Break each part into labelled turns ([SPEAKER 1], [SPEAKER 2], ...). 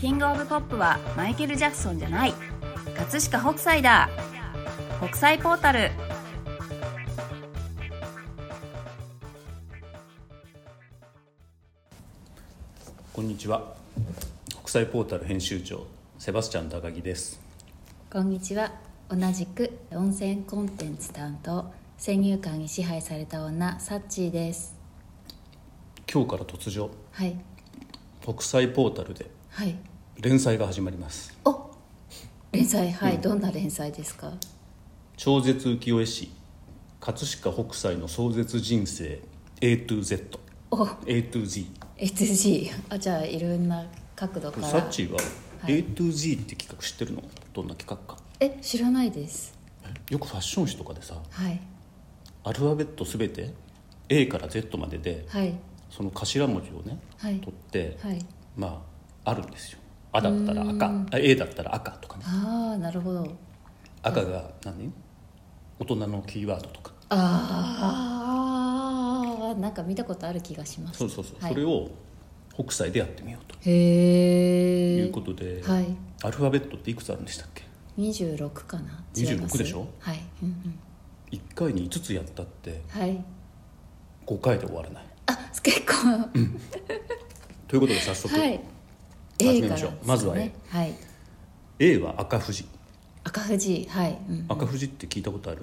[SPEAKER 1] キングオブポップはマイケル・ジャクソンじゃない葛飾北斎だ国際ポータル
[SPEAKER 2] こんにちは国際ポータル編集長セバスチャン高木です
[SPEAKER 3] こんにちは同じく温泉コンテンツ担当先入観に支配された女サッチーです
[SPEAKER 2] 今日から突如
[SPEAKER 3] はい
[SPEAKER 2] 国際ポータルで
[SPEAKER 3] はい
[SPEAKER 2] 連載が始まります
[SPEAKER 3] お連載はい、どんな連載ですか
[SPEAKER 2] 超絶浮世絵師葛飾北斎の壮絶人生 A to Z
[SPEAKER 3] お
[SPEAKER 2] A to Z
[SPEAKER 3] SG あじゃあいろんな角度から
[SPEAKER 2] サッチーは
[SPEAKER 3] はい
[SPEAKER 2] A to Z って企画知ってるのどんな企画か
[SPEAKER 3] え知らないです
[SPEAKER 2] よくファッション誌とかでさ
[SPEAKER 3] はい
[SPEAKER 2] アルファベットすべて A から Z までで
[SPEAKER 3] はい
[SPEAKER 2] その頭文字をね、
[SPEAKER 3] はい
[SPEAKER 2] 取って、
[SPEAKER 3] はい
[SPEAKER 2] まああるんですよ「あ」だったら赤あ A だったら赤とかね
[SPEAKER 3] ああなるほど
[SPEAKER 2] 赤が何大人のキーワードとか
[SPEAKER 3] ああなんか見たことある気がします
[SPEAKER 2] そうそうそう、
[SPEAKER 3] はい
[SPEAKER 2] それを北斎でやってみようと
[SPEAKER 3] へえ
[SPEAKER 2] いうことで、
[SPEAKER 3] はい
[SPEAKER 2] アルファベットっていくつあるんでしたっけ
[SPEAKER 3] 26かな違います
[SPEAKER 2] 26でしょ
[SPEAKER 3] はい、うんうん、
[SPEAKER 2] 1回に5つやったって
[SPEAKER 3] はい
[SPEAKER 2] 5回で終わらない
[SPEAKER 3] あ結構
[SPEAKER 2] ということで早速、
[SPEAKER 3] はい
[SPEAKER 2] 始めましょう
[SPEAKER 3] A からですね
[SPEAKER 2] まずは A
[SPEAKER 3] はい
[SPEAKER 2] A は赤富士
[SPEAKER 3] 赤富士はい、うん、
[SPEAKER 2] 赤富士って聞いたことある、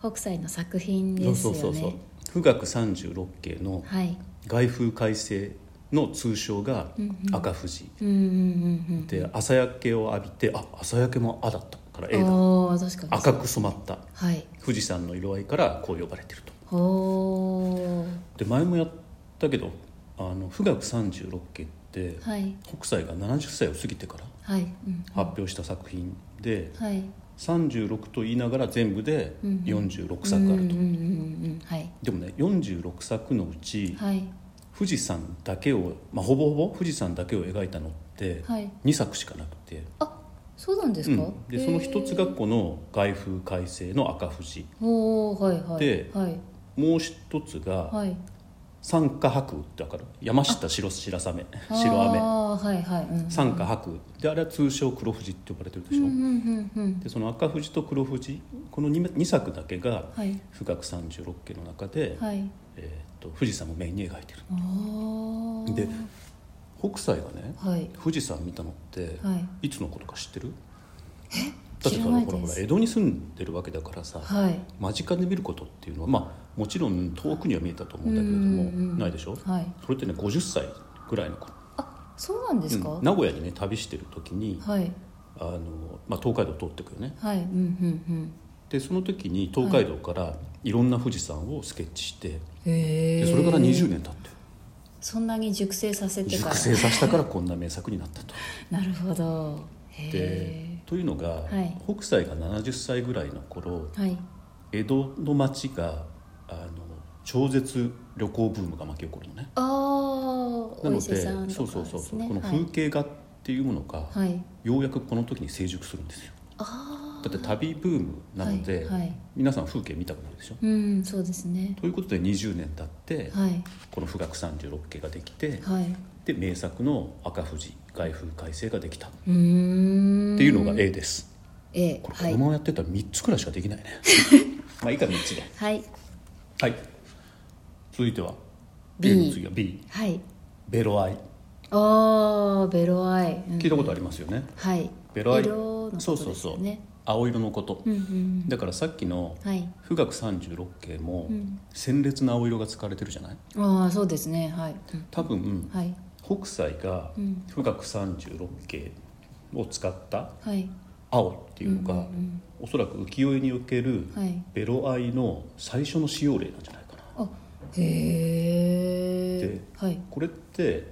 [SPEAKER 3] 北斎の作品です
[SPEAKER 2] そう
[SPEAKER 3] よね
[SPEAKER 2] そうそうそう富岳三十六景の
[SPEAKER 3] はい
[SPEAKER 2] 外風改正の通称が赤富士、
[SPEAKER 3] うんうんうん
[SPEAKER 2] で朝焼けを浴びてあ朝焼けも「あ」だったから
[SPEAKER 3] う
[SPEAKER 2] A
[SPEAKER 3] ん
[SPEAKER 2] だ
[SPEAKER 3] おお確かに
[SPEAKER 2] 赤く染まった
[SPEAKER 3] はい
[SPEAKER 2] 富士山の色合いからこう呼ばれてると
[SPEAKER 3] おお
[SPEAKER 2] で前もやったけどあの富岳三十六景って、
[SPEAKER 3] はい
[SPEAKER 2] 北斎が70歳を過ぎてから
[SPEAKER 3] はい、うん、
[SPEAKER 2] 発表した作品で、
[SPEAKER 3] はい
[SPEAKER 2] 36と言いながら全部で46作あ
[SPEAKER 3] うん
[SPEAKER 2] る
[SPEAKER 3] うん
[SPEAKER 2] と、
[SPEAKER 3] うんうんはい
[SPEAKER 2] でもね46作のうち、
[SPEAKER 3] はい
[SPEAKER 2] 富士山だけを、まあ、ほぼほぼ富士山だけを描いたのって
[SPEAKER 3] はい
[SPEAKER 2] 2作しかなくて、
[SPEAKER 3] あそうなんです
[SPEAKER 2] う
[SPEAKER 3] か、
[SPEAKER 2] ん、でその一つがこの「外風改正の赤富士
[SPEAKER 3] おおはいはい
[SPEAKER 2] で
[SPEAKER 3] はい」
[SPEAKER 2] もう一つが
[SPEAKER 3] はい
[SPEAKER 2] 「三下白雨」って分かる山下白白雨白
[SPEAKER 3] あ
[SPEAKER 2] 雨
[SPEAKER 3] あはいはい、うん、
[SPEAKER 2] 三下白雨であれは通称黒富士って呼ばれてるでしょ、
[SPEAKER 3] うんうんうんうん
[SPEAKER 2] でその赤富士と黒富士この 2, 二作だけが
[SPEAKER 3] はい
[SPEAKER 2] 富岳三十六景の中で、
[SPEAKER 3] はい
[SPEAKER 2] えー、と富士山をメインに描いてる
[SPEAKER 3] ああ
[SPEAKER 2] で北斎がね
[SPEAKER 3] はい
[SPEAKER 2] 富士山見たのって、
[SPEAKER 3] はい
[SPEAKER 2] い、つのことか知ってるだって
[SPEAKER 3] 知
[SPEAKER 2] さほ
[SPEAKER 3] らな
[SPEAKER 2] ら
[SPEAKER 3] い
[SPEAKER 2] ほら
[SPEAKER 3] です
[SPEAKER 2] 江戸に住んでるわけだからさ、
[SPEAKER 3] はい
[SPEAKER 2] 間近で見ることっていうのはまあもちろん遠くには見えたと思うんだけれども、
[SPEAKER 3] うんうんうん
[SPEAKER 2] ないでしょ、
[SPEAKER 3] はい
[SPEAKER 2] それってね50歳ぐらいの頃
[SPEAKER 3] あそうなんですか、
[SPEAKER 2] うん名古屋にね旅してる時に、
[SPEAKER 3] はい
[SPEAKER 2] あのまあ、東海道通ってくよね
[SPEAKER 3] はいうんうん
[SPEAKER 2] でその時に東海道からいろんな富士山をスケッチして、
[SPEAKER 3] うんへえ
[SPEAKER 2] でそれから20年経って
[SPEAKER 3] そんなに熟成させてから
[SPEAKER 2] 熟成させたからこんな名作になったと。
[SPEAKER 3] なるほど
[SPEAKER 2] で
[SPEAKER 3] へ
[SPEAKER 2] というのが、
[SPEAKER 3] い
[SPEAKER 2] 北斎が70歳ぐらいの頃
[SPEAKER 3] えはい
[SPEAKER 2] 江戸の町があの超絶旅行ブームが巻き起こるのね
[SPEAKER 3] ああ
[SPEAKER 2] な
[SPEAKER 3] お
[SPEAKER 2] の
[SPEAKER 3] 伊勢
[SPEAKER 2] で
[SPEAKER 3] さん
[SPEAKER 2] そ
[SPEAKER 3] と
[SPEAKER 2] う
[SPEAKER 3] か
[SPEAKER 2] そう
[SPEAKER 3] で
[SPEAKER 2] そう
[SPEAKER 3] す
[SPEAKER 2] そう、
[SPEAKER 3] ね
[SPEAKER 2] この風景画っていうものが、
[SPEAKER 3] はい、はい、
[SPEAKER 2] ようやくこの時に成熟するんですよ
[SPEAKER 3] あ
[SPEAKER 2] だって旅ブームなので、
[SPEAKER 3] はいはい
[SPEAKER 2] 皆さん風景見たくなるでしょ、
[SPEAKER 3] あうんそうですね
[SPEAKER 2] ということで20年経って、
[SPEAKER 3] はい
[SPEAKER 2] この「富岳三十六景」ができて、
[SPEAKER 3] はい
[SPEAKER 2] で名作の「赤富士外風改正」ができたっ
[SPEAKER 3] うーん
[SPEAKER 2] ていうのが A です、
[SPEAKER 3] A
[SPEAKER 2] これこの
[SPEAKER 3] はい
[SPEAKER 2] ままやってたら3つくらいしかできないねまあ以下3つで
[SPEAKER 3] はい
[SPEAKER 2] はい続いては
[SPEAKER 3] B
[SPEAKER 2] A の次は B
[SPEAKER 3] はい
[SPEAKER 2] ベロアイ
[SPEAKER 3] ああベロアイ、うん
[SPEAKER 2] 聞いたことありますよね、
[SPEAKER 3] はい
[SPEAKER 2] ベロアイ
[SPEAKER 3] 色のことです
[SPEAKER 2] そ
[SPEAKER 3] よ
[SPEAKER 2] う
[SPEAKER 3] ね
[SPEAKER 2] そうそう青色のこと、
[SPEAKER 3] うんうん
[SPEAKER 2] だからさっきの
[SPEAKER 3] はい
[SPEAKER 2] 「富岳三十六景」も
[SPEAKER 3] うん
[SPEAKER 2] 鮮烈な青色が使われてるじゃない
[SPEAKER 3] ああそうですねはい、うん
[SPEAKER 2] 多分
[SPEAKER 3] はい
[SPEAKER 2] 北斎が
[SPEAKER 3] うん
[SPEAKER 2] 「富岳三十六景」を使った
[SPEAKER 3] はい
[SPEAKER 2] 青っていうのが、おそらく浮世絵における
[SPEAKER 3] はい
[SPEAKER 2] ベロアイの最初の使用例なんじゃないかな
[SPEAKER 3] あへえ
[SPEAKER 2] で
[SPEAKER 3] はい
[SPEAKER 2] これって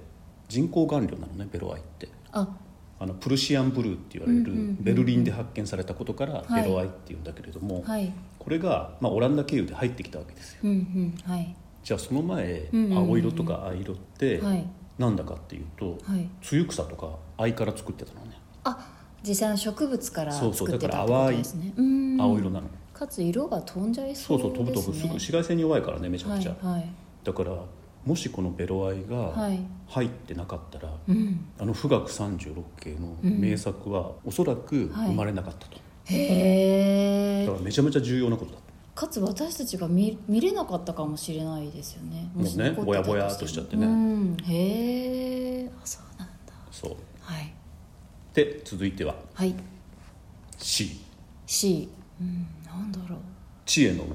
[SPEAKER 2] 人工顔料なのねベロアイって
[SPEAKER 3] あ
[SPEAKER 2] あのプルシアンブルーって言われ
[SPEAKER 3] うんうんうんう
[SPEAKER 2] る
[SPEAKER 3] ん
[SPEAKER 2] ベルリンで発見されたことから
[SPEAKER 3] はい
[SPEAKER 2] ベロアイっていうんだけれども、
[SPEAKER 3] はい
[SPEAKER 2] これが、まあ、オランダ経由で入ってきたわけですよ
[SPEAKER 3] うんうんはい
[SPEAKER 2] じゃあその前、
[SPEAKER 3] うんうんうん
[SPEAKER 2] 青色とか藍色って
[SPEAKER 3] はい
[SPEAKER 2] なんだかっていうと、
[SPEAKER 3] はい
[SPEAKER 2] 露草とか藍から作ってたのね
[SPEAKER 3] あ実際の植物から
[SPEAKER 2] そ
[SPEAKER 3] 作
[SPEAKER 2] うそう
[SPEAKER 3] ってた
[SPEAKER 2] だ
[SPEAKER 3] って
[SPEAKER 2] から
[SPEAKER 3] ことですねうん
[SPEAKER 2] 青色なの、
[SPEAKER 3] かつ色が飛んじゃい
[SPEAKER 2] そ
[SPEAKER 3] そう
[SPEAKER 2] う
[SPEAKER 3] です
[SPEAKER 2] そう
[SPEAKER 3] ね
[SPEAKER 2] 飛ぶ飛ぶすぐ
[SPEAKER 3] し
[SPEAKER 2] 紫外線に弱いからねめちゃくちゃ、
[SPEAKER 3] はいはい
[SPEAKER 2] だからもしこのベロアイ
[SPEAKER 3] は
[SPEAKER 2] が
[SPEAKER 3] い
[SPEAKER 2] 入ってなかったら、
[SPEAKER 3] うん
[SPEAKER 2] あの「富岳三十六景」の名作はおそらく
[SPEAKER 3] はい
[SPEAKER 2] 生まれなかったと、
[SPEAKER 3] へえ
[SPEAKER 2] だからめちゃめちゃ重要なことだ
[SPEAKER 3] かつ私たちが見見れなかったかもしれないですよね
[SPEAKER 2] もうね
[SPEAKER 3] し残ってた
[SPEAKER 2] ぼやぼやっとしちゃってね
[SPEAKER 3] うんへえあそうなんだ
[SPEAKER 2] そう
[SPEAKER 3] はい
[SPEAKER 2] で続いては
[SPEAKER 3] はい
[SPEAKER 2] 「C
[SPEAKER 3] C うんなんだろう
[SPEAKER 2] 知恵の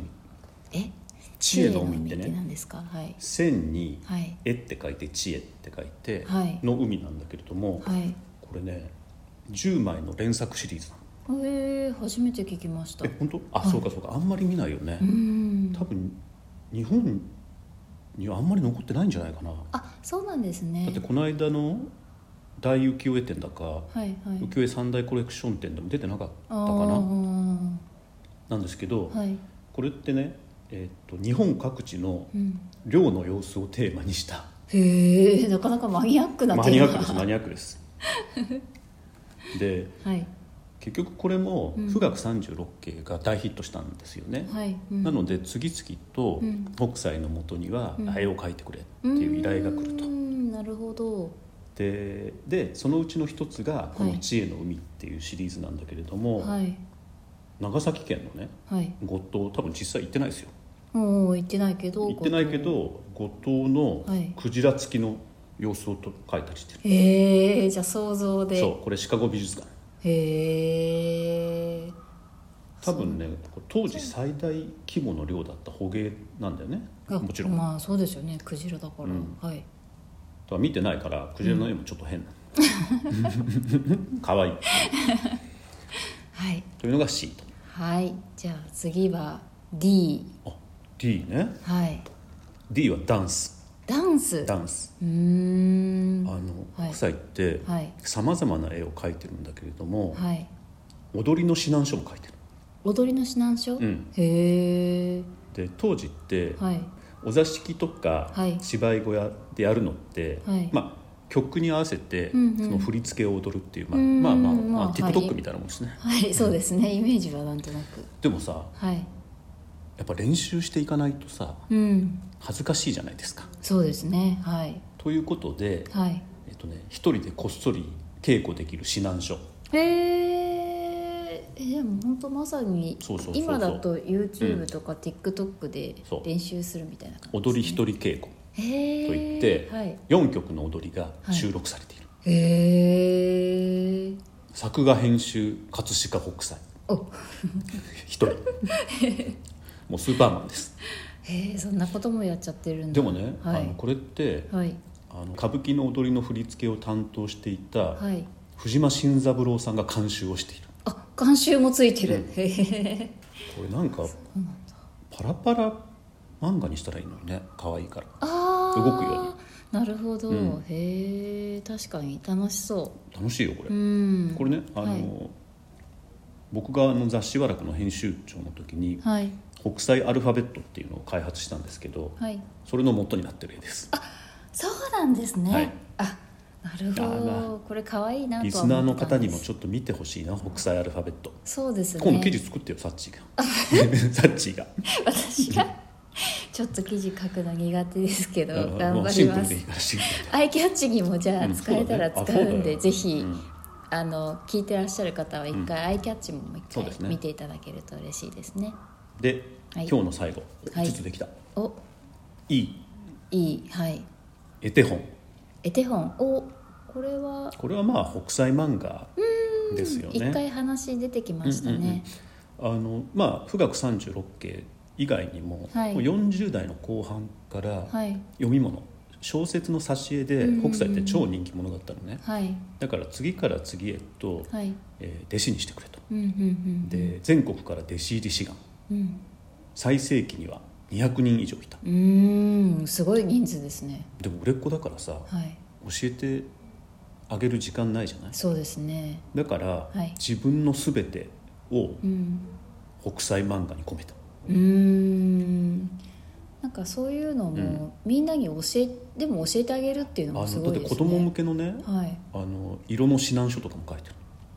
[SPEAKER 2] 海
[SPEAKER 3] え
[SPEAKER 2] 知恵の海ってね
[SPEAKER 3] 知恵の何ですかはい」
[SPEAKER 2] 線に
[SPEAKER 3] はい
[SPEAKER 2] 「絵って書いて「知恵」って書いて
[SPEAKER 3] はい
[SPEAKER 2] の海なんだけれども、
[SPEAKER 3] はい
[SPEAKER 2] これね10枚の連作シリーズなの
[SPEAKER 3] えー、初めて聞きました
[SPEAKER 2] え本当あ、そうかそうかあんまり見ないよね、
[SPEAKER 3] うん
[SPEAKER 2] 多分日本にはあんまり残ってないんじゃないかなだ
[SPEAKER 3] あそうなんですね
[SPEAKER 2] ってこの間の大浮世絵展だか
[SPEAKER 3] はいはい
[SPEAKER 2] 浮世絵三大コレクション展でも出てなかったか
[SPEAKER 3] あ
[SPEAKER 2] な
[SPEAKER 3] ー
[SPEAKER 2] なんですけど、
[SPEAKER 3] はい
[SPEAKER 2] これってね、えー、と日本各地の
[SPEAKER 3] うん、
[SPEAKER 2] 漁の様子をテーマにした
[SPEAKER 3] へえなかなかマニアックな
[SPEAKER 2] マ
[SPEAKER 3] テ
[SPEAKER 2] ニア
[SPEAKER 3] ー
[SPEAKER 2] ッ
[SPEAKER 3] マ
[SPEAKER 2] クですマニアックですで
[SPEAKER 3] はい
[SPEAKER 2] 結局これも
[SPEAKER 3] うん
[SPEAKER 2] 「富岳三十六景」が大ヒットしたんですよね、
[SPEAKER 3] はい、うん
[SPEAKER 2] なので次々と
[SPEAKER 3] うん
[SPEAKER 2] 北斎のもとには
[SPEAKER 3] うん
[SPEAKER 2] 「絵を描いてくれ」っていう依頼が来ると
[SPEAKER 3] うー。んなるほど
[SPEAKER 2] ででそのうちの一つがこ
[SPEAKER 3] は
[SPEAKER 2] の「
[SPEAKER 3] い
[SPEAKER 2] 知恵の海」っていうシリーズなんだけれども、
[SPEAKER 3] はい
[SPEAKER 2] 長崎県のね
[SPEAKER 3] はい
[SPEAKER 2] 五島多分実際行ってないですよ
[SPEAKER 3] もう行ってないけど
[SPEAKER 2] 行ってないけど五島の
[SPEAKER 3] はい
[SPEAKER 2] クジラ付きの様子をと描いたりしてる、
[SPEAKER 3] へえじゃあ想像で
[SPEAKER 2] そうこれシカゴ美術館
[SPEAKER 3] へえ
[SPEAKER 2] 多分ねこれ当時最大規模の量だった捕鯨なんだよねもちろん、だか
[SPEAKER 3] まあそうですよねクジラだから、
[SPEAKER 2] うん
[SPEAKER 3] はい
[SPEAKER 2] ら見てないからクジラの絵もちょっと 変な、可愛い
[SPEAKER 3] はい
[SPEAKER 2] というのが C と
[SPEAKER 3] はいじゃあ次は D
[SPEAKER 2] あ D ね
[SPEAKER 3] はい
[SPEAKER 2] D はダンス
[SPEAKER 3] ダンス
[SPEAKER 2] ダンス
[SPEAKER 3] うーん
[SPEAKER 2] あの、
[SPEAKER 3] はい
[SPEAKER 2] 北斎って
[SPEAKER 3] はい
[SPEAKER 2] さまざまな絵を描いてるんだけれども、
[SPEAKER 3] はい
[SPEAKER 2] 踊りの指南書も描いてる
[SPEAKER 3] 踊りの指南書、
[SPEAKER 2] うん
[SPEAKER 3] へえ
[SPEAKER 2] で当時って、
[SPEAKER 3] はい
[SPEAKER 2] お座敷とか
[SPEAKER 3] はい
[SPEAKER 2] 芝居小屋でやるのって、
[SPEAKER 3] はい
[SPEAKER 2] まあ、曲に合わせてそ
[SPEAKER 3] うんうん
[SPEAKER 2] の振り付けを踊るっていう、まあ
[SPEAKER 3] うん
[SPEAKER 2] まあまあ、
[SPEAKER 3] ま
[SPEAKER 2] ま
[SPEAKER 3] あ
[SPEAKER 2] あ、
[SPEAKER 3] はい
[SPEAKER 2] TikTok みたいなもんですね、
[SPEAKER 3] はいそうですねイメージはなんとなく
[SPEAKER 2] でもさ
[SPEAKER 3] はい
[SPEAKER 2] やっぱ練習していかないとさ
[SPEAKER 3] うん
[SPEAKER 2] 恥ずかしいじゃないですか。
[SPEAKER 3] そうですねはい
[SPEAKER 2] ということで、
[SPEAKER 3] はい
[SPEAKER 2] えっとね、一人でこっそり稽古できる指南書
[SPEAKER 3] へええでも本当まさに
[SPEAKER 2] そうそうそうそう
[SPEAKER 3] 今だと YouTube とか TikTok で
[SPEAKER 2] そう
[SPEAKER 3] 練習するみたいな感
[SPEAKER 2] 踊
[SPEAKER 3] じ
[SPEAKER 2] り
[SPEAKER 3] です
[SPEAKER 2] 一
[SPEAKER 3] ね、
[SPEAKER 2] 人稽古
[SPEAKER 3] へえ
[SPEAKER 2] といって、
[SPEAKER 3] はい、
[SPEAKER 2] 4曲の踊りが収録されている、
[SPEAKER 3] へえ
[SPEAKER 2] 作画編集葛飾北斎
[SPEAKER 3] お
[SPEAKER 2] 一人もうスーパーマンです
[SPEAKER 3] へえそんなこともやっちゃってるんだ
[SPEAKER 2] でもね、
[SPEAKER 3] は
[SPEAKER 2] あの
[SPEAKER 3] い
[SPEAKER 2] これって
[SPEAKER 3] はい
[SPEAKER 2] あの歌舞伎の踊りの振り付けを担当していた
[SPEAKER 3] はい
[SPEAKER 2] 藤間新三郎さんが監修をしている
[SPEAKER 3] あ監修もついてる、
[SPEAKER 2] うん
[SPEAKER 3] へえ
[SPEAKER 2] これなんかパラパラ漫画にしたらいいのにね可愛いから
[SPEAKER 3] ああ
[SPEAKER 2] 動くように
[SPEAKER 3] なるほど、
[SPEAKER 2] うん
[SPEAKER 3] へえ確かに楽しそ
[SPEAKER 2] 楽しいよこれ、
[SPEAKER 3] ううん
[SPEAKER 2] これねあの、
[SPEAKER 3] はい
[SPEAKER 2] 僕があの雑誌和楽の編集長の時に
[SPEAKER 3] はい
[SPEAKER 2] 北斎アルファベットっていうのを開発したんですけど
[SPEAKER 3] はい
[SPEAKER 2] それの元になってる絵です
[SPEAKER 3] そうなんですね、
[SPEAKER 2] はい
[SPEAKER 3] あなるほ
[SPEAKER 2] あま
[SPEAKER 3] どこれ可愛いな
[SPEAKER 2] リ
[SPEAKER 3] とは
[SPEAKER 2] スナー
[SPEAKER 3] 思
[SPEAKER 2] の
[SPEAKER 3] ってた
[SPEAKER 2] 方
[SPEAKER 3] ん
[SPEAKER 2] に
[SPEAKER 3] で
[SPEAKER 2] も
[SPEAKER 3] す
[SPEAKER 2] ちょっと見てほしいな北斎アルファベット
[SPEAKER 3] そうですね
[SPEAKER 2] 今度記事作ってよサッチーが サッチーが
[SPEAKER 3] 私が ちょっと記事書くの苦手ですけど
[SPEAKER 2] あの
[SPEAKER 3] 頑
[SPEAKER 2] もう
[SPEAKER 3] 張
[SPEAKER 2] シ
[SPEAKER 3] り
[SPEAKER 2] ンプ
[SPEAKER 3] ま
[SPEAKER 2] ルですいからシンプルで
[SPEAKER 3] アイキャッチにもじゃあ使えたら使うんで、
[SPEAKER 2] うんそうだよあそうだよ
[SPEAKER 3] ぜひ、
[SPEAKER 2] うん
[SPEAKER 3] あの聞いてらっしゃる方は一回、アイキャッチももう一
[SPEAKER 2] そう
[SPEAKER 3] 回
[SPEAKER 2] ですね
[SPEAKER 3] 見ていただけると嬉しいですね
[SPEAKER 2] で、
[SPEAKER 3] はい
[SPEAKER 2] 今日の最後
[SPEAKER 3] はい
[SPEAKER 2] 5つできた、
[SPEAKER 3] お
[SPEAKER 2] い、い
[SPEAKER 3] いいはい
[SPEAKER 2] 絵手本
[SPEAKER 3] 絵手本おこれは
[SPEAKER 2] これはまあ北斎漫画ですよ
[SPEAKER 3] 一、
[SPEAKER 2] ね
[SPEAKER 3] 回話出てきましたね、
[SPEAKER 2] あのまあ富岳三十六景以外にも,、
[SPEAKER 3] はい
[SPEAKER 2] もう40代の後半から
[SPEAKER 3] はい
[SPEAKER 2] 読み物小説の挿絵で
[SPEAKER 3] うんうんうん
[SPEAKER 2] 北斎って超人気者だったのね
[SPEAKER 3] はい
[SPEAKER 2] だから次から次へと、
[SPEAKER 3] はい
[SPEAKER 2] えー弟子にしてくれと
[SPEAKER 3] うんうんうん
[SPEAKER 2] で全国から弟子入り志願
[SPEAKER 3] うん
[SPEAKER 2] 最盛期には200人以上いた
[SPEAKER 3] うーんすごい人数ですね
[SPEAKER 2] でも売れっ子だからさ
[SPEAKER 3] はい
[SPEAKER 2] 教えてあげる時間ないじゃない
[SPEAKER 3] そうですね
[SPEAKER 2] だから、
[SPEAKER 3] はい
[SPEAKER 2] 自分の全てを
[SPEAKER 3] うん
[SPEAKER 2] 北斎漫画に込めた、
[SPEAKER 3] うーんなんかそういうのもみんなに教えでも教えてあげるっていうの
[SPEAKER 2] あ
[SPEAKER 3] もす
[SPEAKER 2] のだ
[SPEAKER 3] ご
[SPEAKER 2] っ
[SPEAKER 3] い
[SPEAKER 2] て
[SPEAKER 3] ですね
[SPEAKER 2] 子供向けのね、
[SPEAKER 3] はい
[SPEAKER 2] あの色の指南書とかも書いて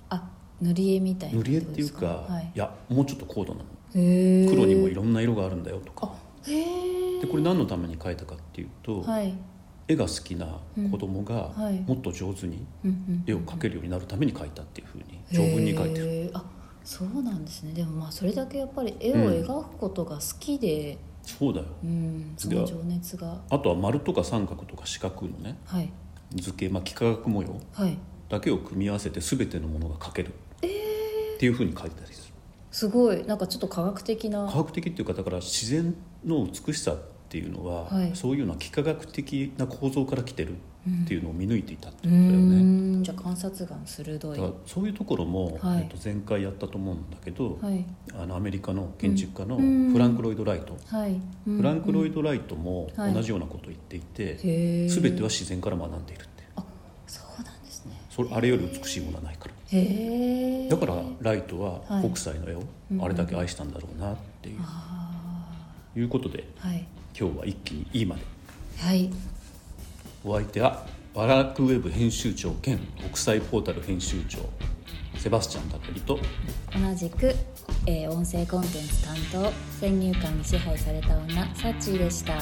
[SPEAKER 3] あ塗り絵みたい
[SPEAKER 2] る
[SPEAKER 3] な
[SPEAKER 2] 塗り絵っていうか、
[SPEAKER 3] はい
[SPEAKER 2] い、やもうちょっと高度なの
[SPEAKER 3] へー
[SPEAKER 2] 黒にもいろんな色があるんだよとか
[SPEAKER 3] あへえ
[SPEAKER 2] でこれ何のために描いたかっていうと、
[SPEAKER 3] はい
[SPEAKER 2] 絵が好きな子供が
[SPEAKER 3] うんはい
[SPEAKER 2] もっと上手に
[SPEAKER 3] うんうん
[SPEAKER 2] 絵を描けるようになるために描いたっていうふうに条文に書いてる
[SPEAKER 3] へえあそうなんですねでもまあそれだけやっぱり絵を
[SPEAKER 2] うん
[SPEAKER 3] 描くことが好きで、
[SPEAKER 2] そうだよ
[SPEAKER 3] うんその情熱が
[SPEAKER 2] あとは丸とか三角とか四角のね
[SPEAKER 3] はい
[SPEAKER 2] 図形、まあ、幾何学模様
[SPEAKER 3] はい
[SPEAKER 2] だけを組み合わせて全てのものが描けるっていうふうに書いてたりする
[SPEAKER 3] すごいなんかちょっと科学的な
[SPEAKER 2] 科学的っていうかだから自然の美しさっていうのは、
[SPEAKER 3] はい
[SPEAKER 2] そういうのは幾何学的な構造から来てるっていうのを見抜いていたってこと
[SPEAKER 3] う
[SPEAKER 2] だよね、
[SPEAKER 3] んじゃあ観察眼
[SPEAKER 2] だ
[SPEAKER 3] 鋭い
[SPEAKER 2] から
[SPEAKER 3] は
[SPEAKER 2] そういうところも、
[SPEAKER 3] は
[SPEAKER 2] え
[SPEAKER 3] い
[SPEAKER 2] っと、前回やったと思うんだけど、
[SPEAKER 3] い
[SPEAKER 2] あのアメリカの建築家の
[SPEAKER 3] うん
[SPEAKER 2] フランク・ロイド・ライト、
[SPEAKER 3] はい、うん
[SPEAKER 2] フランク・ロイド・ライトも
[SPEAKER 3] はい
[SPEAKER 2] 同じようなことを言っていて、
[SPEAKER 3] へえ
[SPEAKER 2] 全ては自然から学んでいるって
[SPEAKER 3] あそうなんですね
[SPEAKER 2] それあれより美しいものはないから
[SPEAKER 3] へえ
[SPEAKER 2] だからライトは
[SPEAKER 3] はい
[SPEAKER 2] 北斎の絵をあれだけ愛したんだろうなっていう,、いうことで
[SPEAKER 3] はい
[SPEAKER 2] 今日は一気にいいまで
[SPEAKER 3] はい
[SPEAKER 2] お相手はワラクウェブ編集長兼国際ポータル編集長セバスチャンだったりと
[SPEAKER 3] 同じく、えー音声コンテンツ担当先入観に支配された女サッチーでした。